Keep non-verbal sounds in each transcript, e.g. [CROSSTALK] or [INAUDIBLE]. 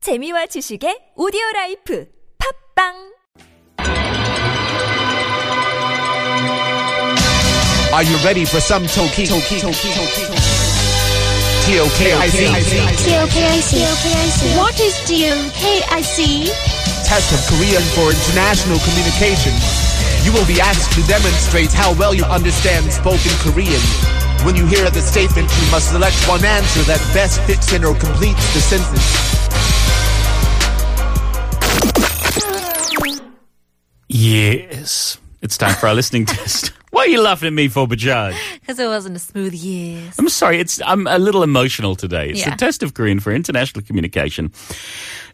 재미와 지식의 오디오 라이프 팝빵 Are you ready for some Toki? Toki, Toki, Toki, TOKIC TOKIC. What is TOKIC? Test of Korean for International Communication. You will be asked to demonstrate how well you understand spoken Korean. When you hear the statement, you must select one answer that best fits in or completes the sentence. Yes. It's time for our [LAUGHS] listening test. What are you laughing at me for, Bajaj? Because it wasn't a smooth year. I'm sorry, it's I'm a little emotional today. It's Yeah. the test of Korean for international communication.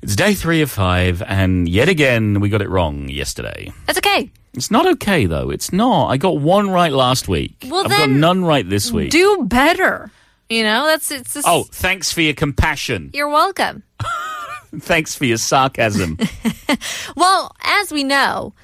It's day three of five, and yet again we got it wrong yesterday. That's okay. It's not okay though. It's not. I got one right last week. Well, I've got then none right this week. Do better. You know, that's it's just. oh, thanks for your compassion. You're welcome. Thanks for your [LAUGHS] sarcasm. Well, as we know,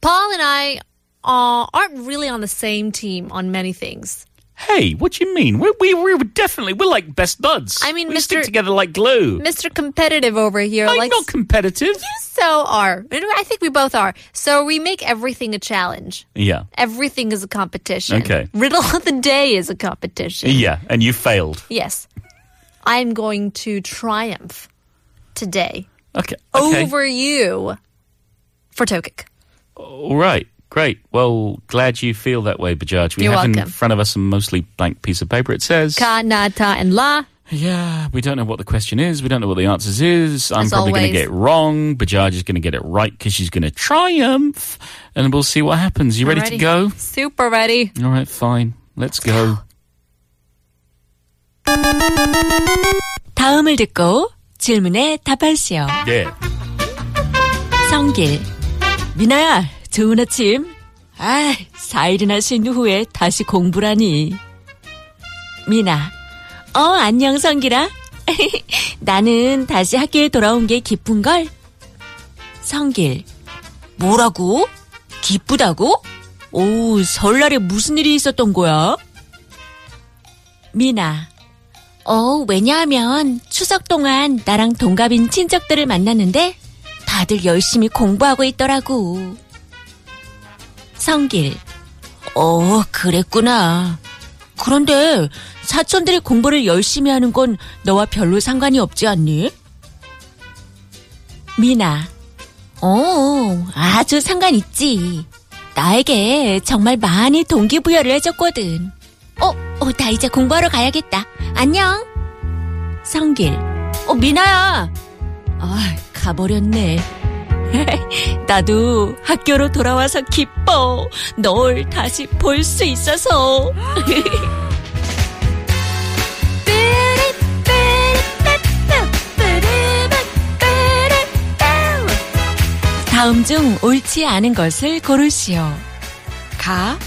Paul and I uh, aren't really on the same team on many things. hey, what do you mean? We we we were definitely we're like best buds. I mean, we stick Mr. together like glue. Mr. Competitive over here I'm likes. not competitive. so are. I think we both are. So we make everything a challenge. Yeah. Everything is a competition. Okay. Riddle of the day is a competition. Yeah, and you failed. Yes. I'm going to triumph today. Okay. okay. over you for Tokik. All right. Great. Well, glad you feel that way, Bajaj. We You're have in welcome. front of us a mostly blank piece of paper. It says, Ka, na, ta, and la. "Yeah, we don't know what the question is. We don't know what the answers is. I'm As probably going to always. get it wrong. Bajaj is going to get it right because she's going to triumph, and we'll see what happens. You ready to go? Super ready. All right. Fine. Let's [GASPS] go. 다음을 듣고 질문에 답하시오. yeah. 성길. 미나야, 좋은 아침. 아, 4일이나 쉰 후에 다시 공부라니. 미나. 어, 안녕, 성길아. [LAUGHS] 나는 다시 학교에 돌아온 게 기쁜걸. 성길. 뭐라고? 기쁘다고? 오, 설날에 무슨 일이 있었던 거야? 미나. 어, 왜냐하면 추석 동안 나랑 동갑인 친척들을 만났는데 다들 열심히 공부하고 있더라고. 성길. 어, 그랬구나. 그런데 사촌들이 공부를 열심히 하는 건 너와 별로 상관이 없지 않니? 미나. 어, 아주 상관 있지. 나에게 정말 많이 동기부여를 해줬거든. 어, 어, 나 이제 공부하러 가야겠다. 안녕. 성길. 어, 미나야. 아, 가버렸네. [LAUGHS] 나도 학교로 돌아와서 기뻐. 널 다시 볼 수 있어서. 다음 중 옳지 않은 것을 고르시오. 가.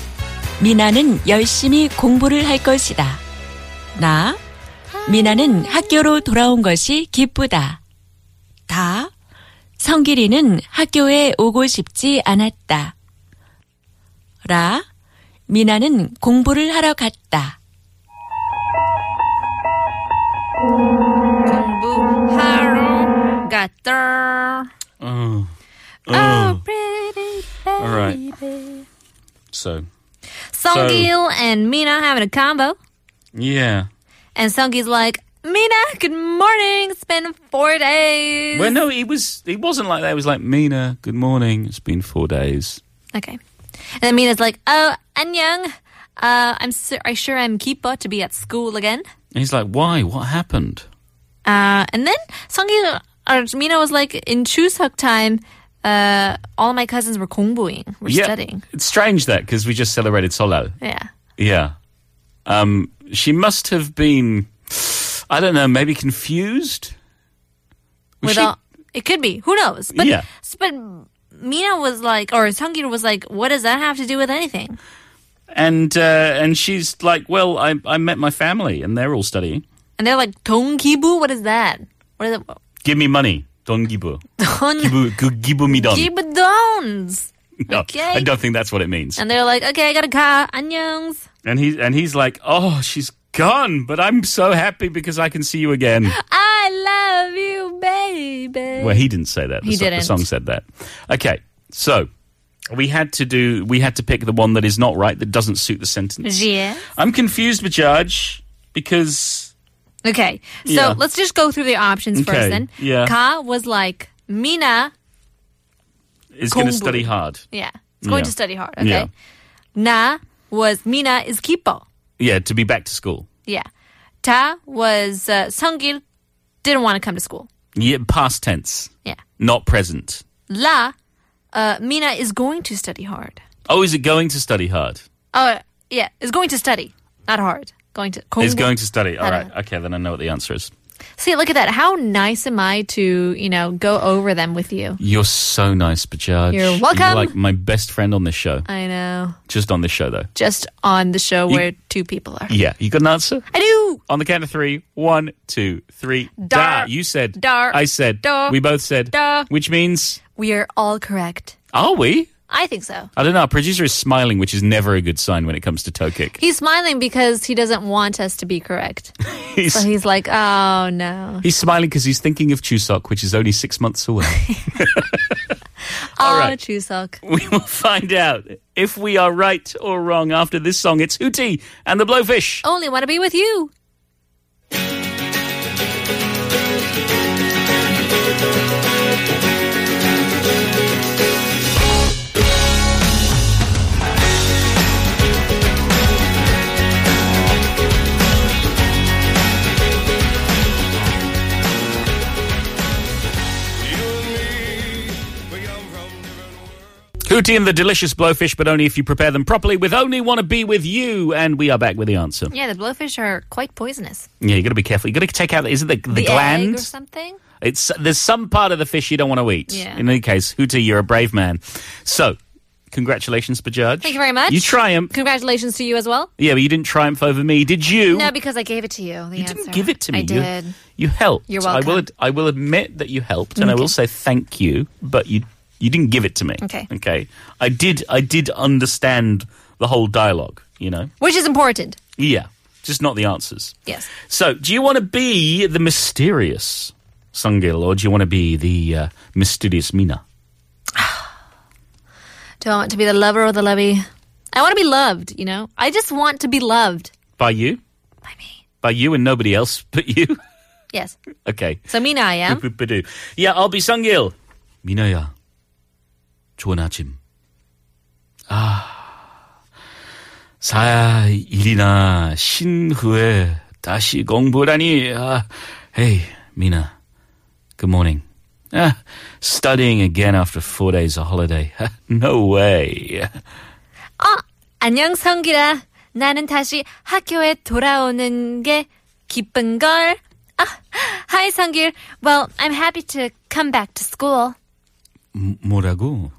미나는 열심히 공부를 할 것이다. 나. 미나는 학교로 돌아온 것이 기쁘다. 다. 성길이는 학교에 오고 싶지 않았다. 라. 미나는 공부를 하러 갔다. 공부하러 갔다. Oh. Oh, pretty baby. All right. So, Songil and Mina having a combo. yeah. And Songil's like, Mina, good morning. It's been four days. Well, no, it was. It wasn't like that. It was like Mina. Good morning. It's been four days. Okay. And then Mina's like, oh, 안녕. Uh, I'm sur- I sure am keeper to be at school again. And he's like, why? What happened? Uh, and then Songil, or Mina was like, in Chuseok time, uh, all my cousins were 공부ing, were studying. It's strange that because we just celebrated Solo. Yeah. Yeah. Um, she must have been, I don't know, maybe confused. Was With she- all, it could be. Who knows? But, Yeah. but Mina was like, or Sungil was like, what does that have to do with anything? and uh, and she's like, well, I, I met my family and they're all studying. And they're like, Tongkibu? What is that? What is it? Give me money. Don't give her. Tongkibu [LAUGHS] Give, her- give her me don. dons. [LAUGHS] No, okay. I don't think that's what it means. And they're like, okay, I got a car. Annyeongs. And he and he's like, oh, she's gone, but I'm so happy because I can see you again. I love you. baby. Well, he didn't say that. The, He so- didn't. the song said that. Okay, so we had to do. We had to pick the one that is not right, that doesn't suit the sentence. Yeah. I'm confused, Bajaj, because Okay. So Yeah. let's just go through the options Okay, first then. yeah. Ka was like, Mina, it's going to Kumbu. study hard. yeah, it's going Yeah. to study hard. Okay. Yeah. Na was Mina is Kipo. Yeah, to be back to school. Yeah. Ta was uh, Sungil, didn't want to come to school. Yeah, past tense, Yeah. not present. La, uh, Mina is going to study hard. Oh, is it going to study hard? Oh, yeah, is going to study, not hard. Going to. Is 공부. going to study. All I right. don't Okay, then I know what the answer is. See, look at that. How nice am I to, you know, go over them with you? You're so nice, Bajaj. You're welcome. like my best friend on this show. I know. Just on this show, though. Just on the show where two people are. Yeah. You got an answer? I do. On the count of three. One, two, three. Dar. You said. Dar. I said. Dar. We both said. Dar. Which means, We are all correct. are we? I think so. I don't know. Our producer is smiling, which is never a good sign when it comes to toe kick. He's smiling because he doesn't want us to [LAUGHS] be correct. So He's, he's like, oh no. he's smiling because he's thinking of Chuseok, which is only six months away. [LAUGHS] All right. Oh, Chuseok. We will find out if we are right or wrong after this song. It's Hootie and the Blowfish. Only want to be with you. Hootie and the delicious blowfish, but only if you prepare them properly with Only Want to Be With You. And we are back with the answer. Yeah, the blowfish are quite poisonous. Yeah, you got to be careful. you got to take out, is it the, the, The egg gland? or something? It's There's some part of the fish you don't want to eat. Yeah. In any case, Hootie, you're a brave man. So, congratulations, Bajaj. Thank you very much. You triumphed. Congratulations to you as well. Yeah, but you didn't triumph over me, did you? No, because I gave it to you. The You answer. didn't give it to me. I You- did. You, helped. You're I will. welcome. ad- I will admit that you helped, and I will say thank you. But you you didn't give it to me. Okay. Okay. I did. I did understand the whole dialogue. You know. Which is important. Yeah. Just not the answers. Yes. So, do you want to be the mysterious Sungil, or do you want to be the uh, mysterious Mina? Do I want to be the lover or the lovey? I want to be loved, you know? I just want to be loved. By you. By me. By you and nobody else [LAUGHS] but you. Yes. okay. So Mina I am. 뿌뿌뿌뿌. Yeah, I'll be Sungil. 민아야, 좋은 아침. Ah. 아, 사일이나 신후에 다시 공부라니. 아, Ah. hey, Mina. Good morning. Ah, studying again after four days of holiday. [LAUGHS] no way. 어, 안녕 성기라. 나는 다시 학교에 돌아오는 게 기쁜 걸. 아, hi 성길. Well, I'm happy to come back to school. 뭐라고?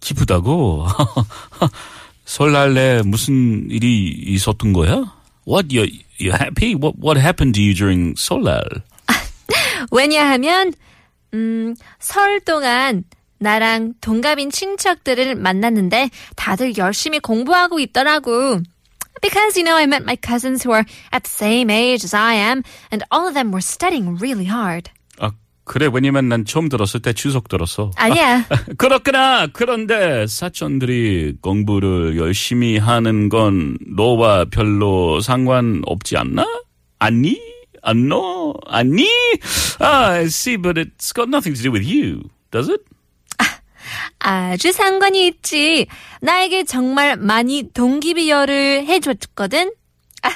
기쁘다고? [LAUGHS] 설날에 무슨 일이 있었던 거야? What you you happy? What what happened to you during 설날? 왜냐하면 음, 설 동안 나랑 동갑인 친척들을 만났는데 다들 열심히 공부하고 있더라고. Because you know I met my cousins who are at the same age as I am and all of them were studying really hard. 아 그래 왜냐면 난 처음 들었을 때 추석 들었어. 아니야. [LAUGHS] 그렇구나. 그런데 사촌들이 공부를 열심히 하는 건 너와 별로 상관없지 않나? 아니? 안노? 아니? Ah, I see, but it's got nothing to do with you, does it? 아주 상관이 있지. 나에게 정말 많이 동기부여를 해줬거든. 아,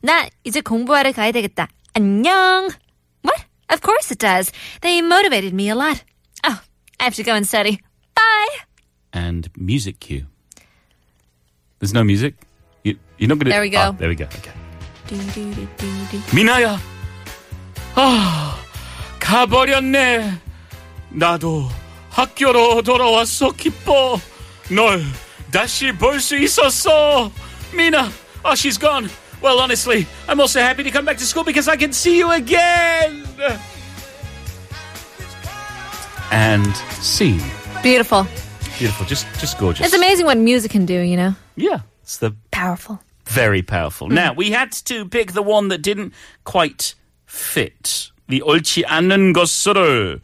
나 이제 공부하러 가야 되겠다. 안녕. What? Of course it does. They motivated me a lot. Oh, I have to go and study. Bye. and music cue. There's no music. You, you're not gonna. There we Ah, go. there we go. Okay. 미나야, 아 가버렸네. 나도 학교로 돌아왔어 기뻐. 널 다시 볼 수 있었어. Mina, oh she's gone. Well, honestly, I'm also happy to come back to school because I can see you again. And scene. Beautiful. Beautiful, just just gorgeous. It's amazing what music can do, you know? Yeah, it's the Powerful. very powerful. Now we had to pick the one that didn't quite fit 이 옳지 않는 것을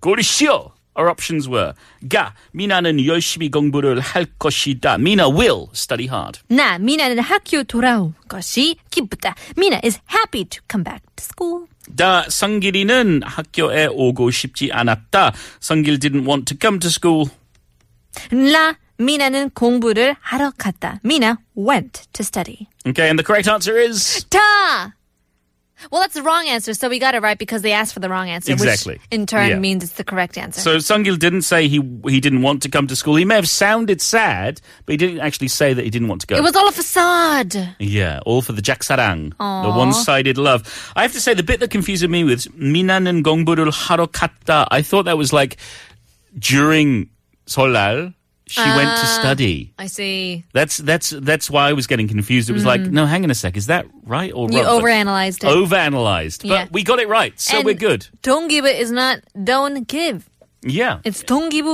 고르시오. Our options were 가 미나는 열심히 공부를 할 것이다. 미나 will study hard. 나 미나는 학교 돌아온 것이 기쁘다. 미나 is happy to come back to school. 다 성길이는 학교에 오고 싶지 않았다. 성길 didn't want to come to school. 라 미나는 공부를 하러 갔다. 미나 went to study. Okay, and the correct answer is 다. Well, that's the wrong answer, so we got it right because they asked for the wrong answer, Exactly. which in Yeah. turn means it's the correct answer. So Sungil didn't say he he didn't want to come to school. He may have sounded sad, but he didn't actually say that he didn't want to go. it was all a facade. yeah, all for the jaksarang, the one-sided love. I have to say, the bit that confuses me with Minan and Gongburul Harokata, I thought that was like during Solal, she went Ah. to study. I see. That's that's that's why I was getting confused. It was like, no, hang on a sec, is that right or Mm. You wrong? overanalyzed it. Overanalyzed, but Yeah. we got it right, oh, so And we're good. Don't give it is not don't give. Yeah, It's don't give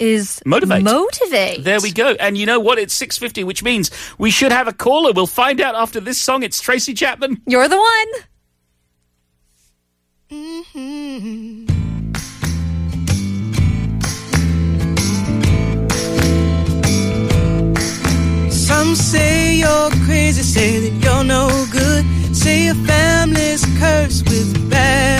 is Motivate. Motivate. There we go. And you know what? It's 6.50, which means we should have a caller. We'll find out after this song. It's Tracy Chapman. You're the one. Some say you're crazy, say that you're no good. Say your family's cursed with bad